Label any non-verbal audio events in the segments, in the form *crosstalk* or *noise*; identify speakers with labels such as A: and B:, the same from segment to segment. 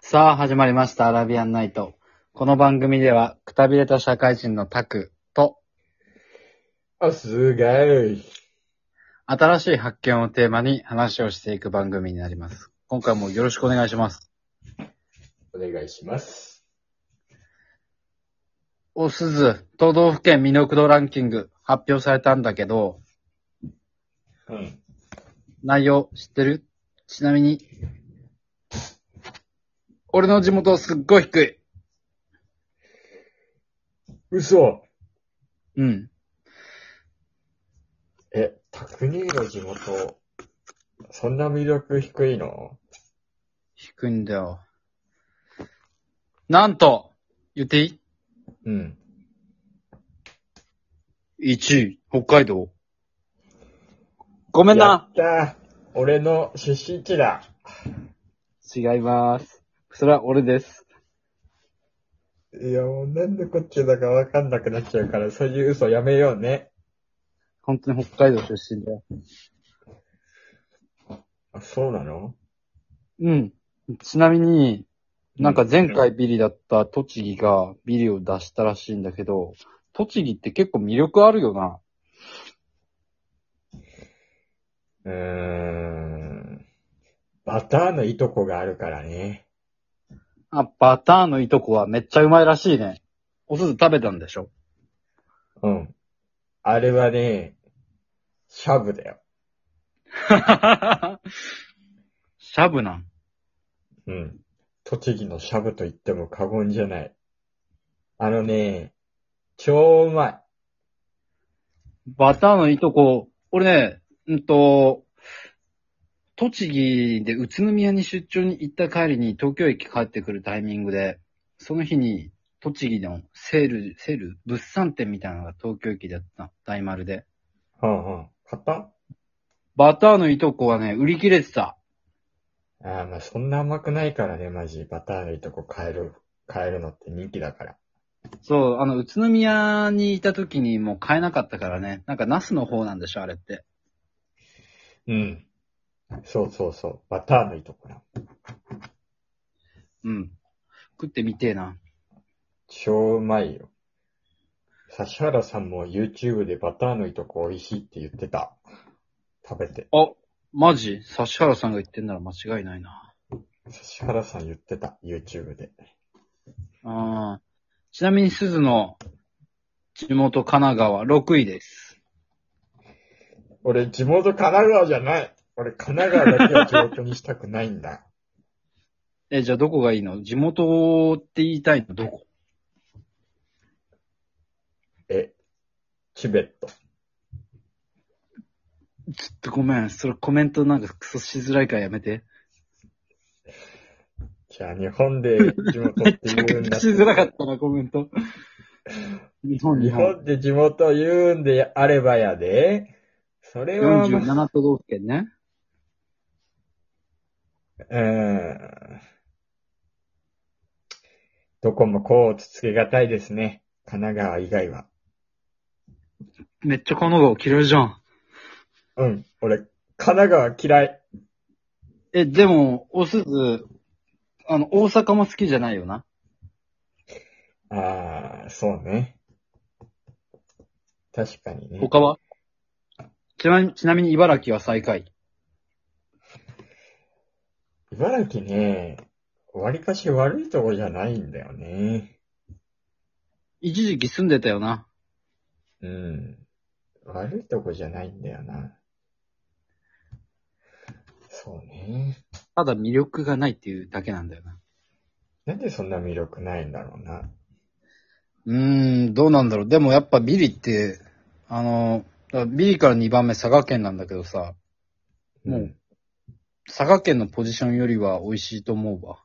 A: さあ、始まりました。アラビアンナイト。この番組では、くたびれた社会人のタクと、
B: あ、すげい。
A: 新しい発見をテーマに話をしていく番組になります。今回もよろしくお願いします。
B: お願いします。
A: おすず、都道府県魅力度ランキング発表されたんだけど、
B: うん。
A: 内容知ってるちなみに、俺の地元すっごい低い。
B: 嘘
A: うん。
B: え、タクニーの地元、そんな魅力低いの
A: 低いんだよ。なんと、言ってい
B: うん。
A: い ?1 位、北海道。ごめんな。
B: やったー俺の出身地だ
A: 違います。それは俺です。
B: いや、もうなんでこっちだかわかんなくなっちゃうから、そういう嘘やめようね。
A: 本当に北海道出身だよ。
B: あ、そうなの
A: うん。ちなみに、なんか前回ビリだった栃木がビリを出したらしいんだけど、栃木って結構魅力あるよな。
B: うーん。バターのいとこがあるからね。
A: あ、バターのいとこはめっちゃうまいらしいね。おすず食べたんでし *laughs* ょ
B: うん。あれはね、シャブだよ。
A: シャブなん。
B: うん。栃木のシャブと言っても過言じゃない。あのね、超うまい。
A: バターのいとこ、俺ね、うんと、栃木で宇都宮に出張に行った帰りに東京駅帰ってくるタイミングで、その日に栃木のセール、セール物産展みたいなのが東京駅であった。大丸で。
B: うんうん。買った
A: バターのいとこはね、売り切れてた。
B: ああ、まあそんな甘くないからね、マジ。バターのいいとこ買える、買えるのって人気だから。
A: そう、あの、宇都宮にいた時にもう買えなかったからね。なんかナスの方なんでしょ、あれって。
B: うん。そうそうそう。バターのいいとこな。
A: うん。食ってみてえな。
B: 超うまいよ。指原さんも YouTube でバターのいいとこ美味しいって言ってた。食べて。
A: あ、マジ指原さんが言ってんなら間違いないな。
B: 指原さん言ってた。YouTube で。
A: ああ。ちなみに鈴の地元神奈川6位です。
B: 俺、地元神奈川じゃない。俺、神奈川だけは地元にしたくないん
A: *laughs*
B: だ。
A: え、じゃあどこがいいの地元って言いたいのどこ
B: え、チベット。
A: ちょっとごめん。それコメントなんかクソしづらいからやめて。
B: じゃあ、日本で地元って
A: めちゃ
B: 言うん
A: くち *laughs*
B: だ
A: ゃ。しづらかったな、コメント。日本、
B: 日
A: 日本。
B: 本で地元を言うんであればやで。それは、ま
A: 47都道府県ね。
B: うーん。どこもこうつつけがたいですね。神奈川以外は。
A: めっちゃ神奈川嫌いじゃん。
B: うん。俺、神奈川嫌い。
A: え、でも、おすず、あの、大阪も好きじゃないよな。
B: ああ、そうね。確かにね。
A: 他はちなみに、ちなみに茨城は最下位。
B: 茨城ね、わりかし悪いとこじゃないんだよね。
A: 一時期住んでたよな。
B: うん。悪いとこじゃないんだよな。そうね。
A: ただ魅力がないっていうだけなんだよな。
B: なんでそんな魅力ないんだろうな。
A: うーん、どうなんだろう。でもやっぱビリって、あの、だからビリから2番目佐賀県なんだけどさ、もう。佐賀県のポジションよりは美味しいと思うわ。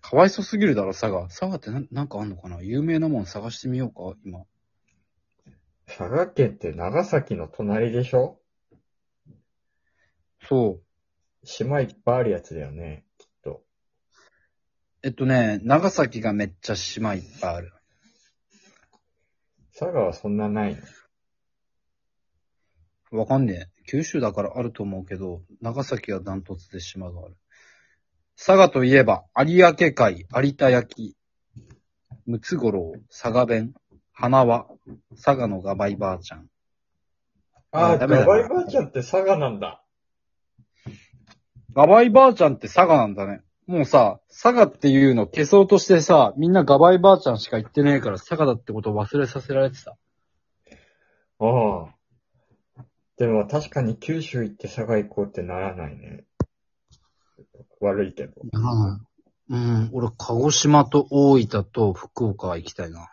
A: かわいそすぎるだろ、佐賀。佐賀ってななんかあんのかな有名なもん探してみようか、今。
B: 佐賀県って長崎の隣でしょ
A: そう。
B: 島いっぱいあるやつだよね。きっと。
A: えっとね、長崎がめっちゃ島いっぱいある。
B: 佐賀はそんなないの。
A: わかんねえ。九州だからあると思うけど、長崎はダントツで島がある。佐賀といえば、有明海、有田焼、ムツゴロウ、佐賀弁、花輪、佐賀のガバイばあちゃん。
B: ああ、
A: ダメだな
B: ガバイばあちゃんって佐賀なんだ。
A: ガバイばあちゃんって佐賀なんだね。もうさ、佐賀っていうの消そうとしてさ、みんなガバイばあちゃんしか言ってねえから佐賀だってことを忘れさせられてた。
B: ああ。でも確かに九州行って佐賀行こうってならないね。悪いけど。
A: うん、俺、鹿児島と大分と福岡は行きたいな。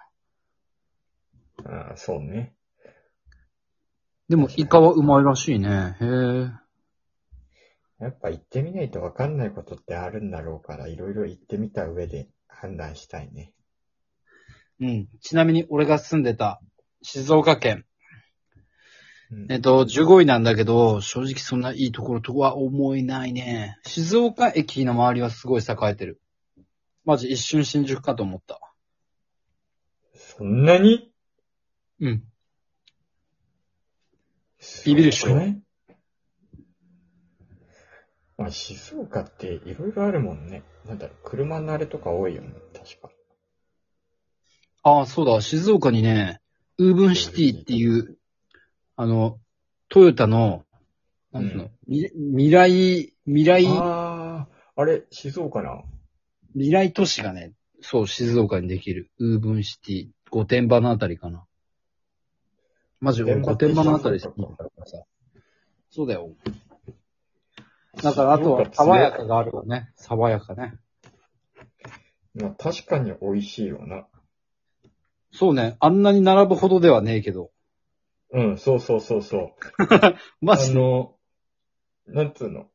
B: ああ、そうね。
A: でも、イカはうまいらしいね。へえ。
B: やっぱ行ってみないとわかんないことってあるんだろうから、いろいろ行ってみた上で判断したいね。
A: うん。ちなみに俺が住んでた静岡県。
B: うん
A: えっと、15位なんだけど、正直そんないいところとは思いないね。静岡駅の周りはすごい栄えてる。マジ一瞬新宿かと思った。
B: そんなに
A: うん。ビビるっしょ
B: すごくないまあ、静岡っていろいろあるもんね。なんだろう、車のあれとか多いよね、確か。
A: ああ、そうだ。静岡にね、ウーブンシティっていう、あの、トヨタの、なんていうの、
B: うん
A: み未来、未来、
B: ああ、あれ、静岡な。
A: 未来都市がね、そう、静岡にできる。ウーブンシティ、御殿場のあたりかな。マジ、俺御
B: 御
A: 殿
B: 殿
A: 場
B: 場
A: の
B: の
A: あ
B: あ
A: た
B: た
A: り
B: り
A: さ
B: さ。
A: そうだよ。だから、あとは、
B: 静岡
A: 爽やかがあるわね。爽やかね。
B: まあ、確かに美味しいよな。
A: そうね、あんなに並ぶほどではねえけど。
B: うん、そうそうそうそう。
A: マ
B: あ
A: ジ、
B: の、なんつうの。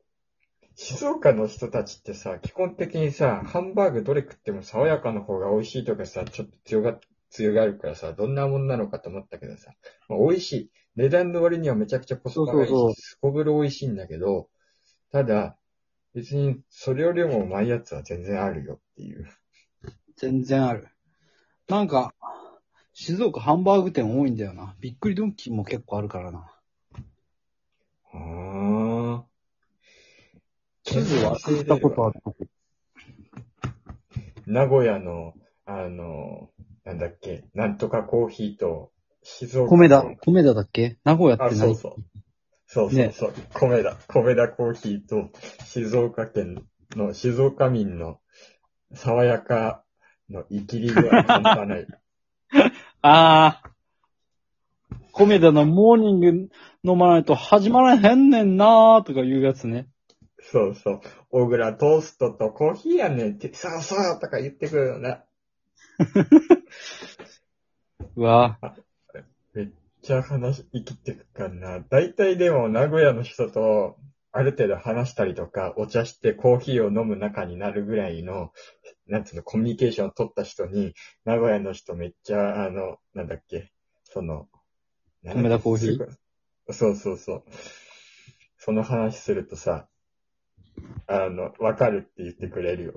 B: 静岡の人たちってさ、基本的にさ、ハンバーグどれ食っても爽やかの方が美味しいとかさ、ちょっと強が、強がるからさ、どんなもんなのかと思ったけどさ、まあ、美味しい。値段の割にはめちゃくちゃコスパがいいし
A: そうそうそう、
B: すこぶる美味しいんだけど、ただ、別にそれよりもうまいやつは全然あるよっていう。
A: 全然ある。なんか、静岡ハンバーグ店多いんだよな。びっくりドンキーも結構あるからな。
B: ああ。
A: 地図は聞いたことある。
B: 名古屋の、あの、なんだっけ、なんとかコーヒーと、静岡の。
A: 米田、米田だっけ名古屋っ
B: あ、
A: て
B: そう
A: 何
B: そう。そうそう
A: ね
B: そう。米田、米田コーヒーと、静岡県の、静岡民の、爽やかの生きり具合半端ない。
A: ああ。コメダのモーニング飲まないと始まらへんねんなーとか言うやつね。
B: そうそう。小倉トーストとコーヒーやねんって、さあさあとか言ってくるよな。
A: うわ
B: じゃあ話、生きてくかな。大体でも名古屋の人と、ある程度話したりとか、お茶してコーヒーを飲む仲になるぐらいの、なんつうの、コミュニケーションを取った人に、名古屋の人めっちゃ、あの、なんだっけ、その、なんだっけ
A: 梅田コーヒー
B: すごいそうそうそう。その話するとさ、あの、わかるって言ってくれるよ。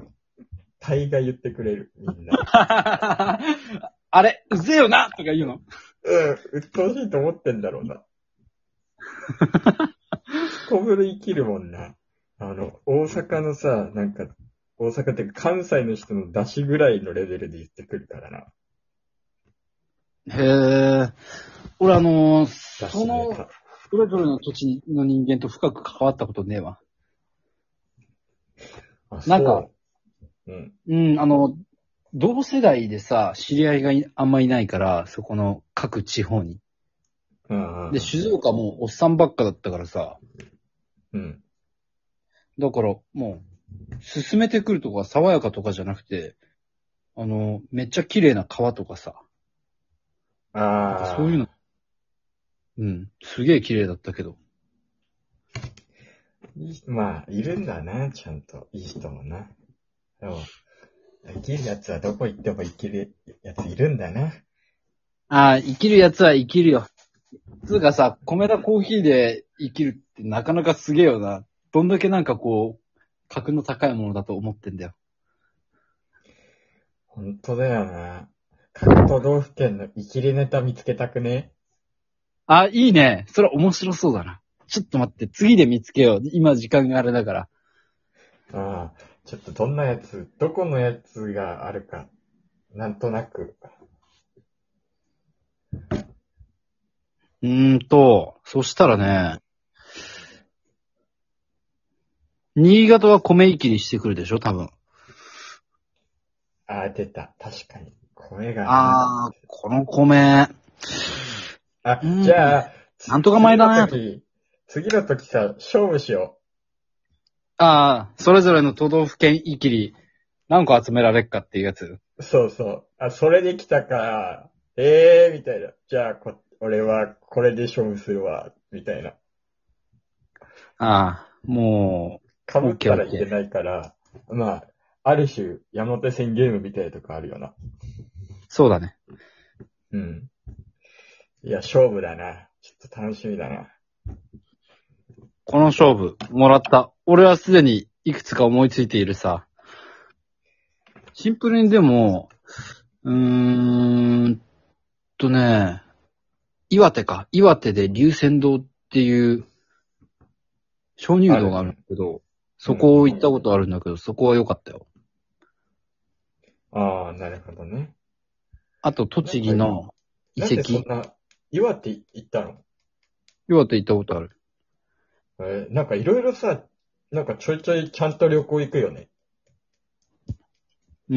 B: 大概言ってくれる、みんな。
A: ー。 *laughs* あれ、うぜえよなとか言うの。
B: うん、鬱陶しいと思ってんだろうな。小ぶる生きるもんな。あの、大阪のさ、なんか、大阪っていうか関西の人の出しぐらいのレベルで言ってくるからな。
A: へえ。俺あのーそ
B: 出し
A: の
B: ネ、タ。
A: それぞれの土地の人間と深く関わったことねえわ。
B: あ
A: なんか、
B: そううん。
A: うん、あの、同世代でさ、知り合いがいあんまいないから、そこの各地方に。
B: うんうん。
A: で、静岡もうおっさんばっかだったからさ、
B: うん。
A: だから、もう、進めてくるとか、爽やかとかじゃなくて、あの、めっちゃ綺麗な川とかさ、なん
B: あ
A: か
B: あ。
A: そういうの。うん、すげえ綺麗だったけど。
B: いいまあ、いるんだな、ちゃんと。いい人もな。でも、生きるやつはどこ行っても生きるやついるんだな。
A: ああ、生きるやつは生きるよ。つうかさ、米田コーヒーで生きるってなかなかすげえよな。どんだけなんかこう、格の高いものだと思ってんだよ。
B: 本当だよな。各都道府県のイキリネタ見つけたくね
A: あ、いいね。それ面白そうだな。ちょっと待って、次で見つけよう。今時間があれだから。
B: ああ。ちょっとどんなやつ、どこのやつがあるか、なんとなく。
A: うーんと、そしたらね、新潟は米行きにしてくるでしょ、多分。
B: あー、出た。確かに。声が。
A: あー、この米。
B: あ、
A: うん
B: じゃあ、
A: なんとか前だな
B: 次次の時さ、勝負しよ
A: あー、それぞれの都道府県いきり何個集められっかっていうやつ。
B: う。そうそう。あ、それできたか。ええー、みたいな。じゃあこ、俺はこれで勝負するわ。みたいな。
A: あー、も
B: かぶったらいけないから、まあ、ある種、山手線ゲームみたいなとこあるよな。
A: う、そうだね。
B: うん。いや、勝負だな。ちょっと楽しみだな。
A: この勝負、もらった。俺はすでにいくつか思いついているさ。シンプルにでも、うーんとね、岩手か。岩手で龍泉堂っていう、鍾乳洞があるんだけど、そこ行ったことあるんだけど、そこは良かったよ。
B: ああ、なるほどね。
A: あと、栃木の遺
B: なんでそん
A: 跡。
B: な、岩手行ったの
A: 岩手行ったことある。
B: えーなんかいろいろさ、なんかちょいちょいちゃんと旅行行くよね。
A: うー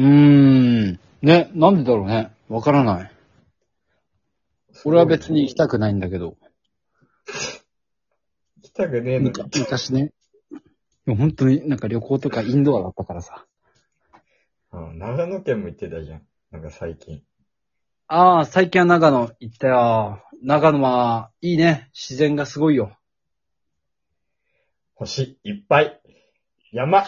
A: ん。ね、なんでだろうね。わからない。俺は別に行きたくないんだけど。
B: 行きたくねえのに。
A: 昔ね。もう本当になんか旅行とかインドアだったからさ。
B: うん長野県も行ってたじゃん。なんか最近。
A: ああ、最近は長野行ったよ。長野は、いいね。自然がすごいよ。
B: 星いっぱい。山。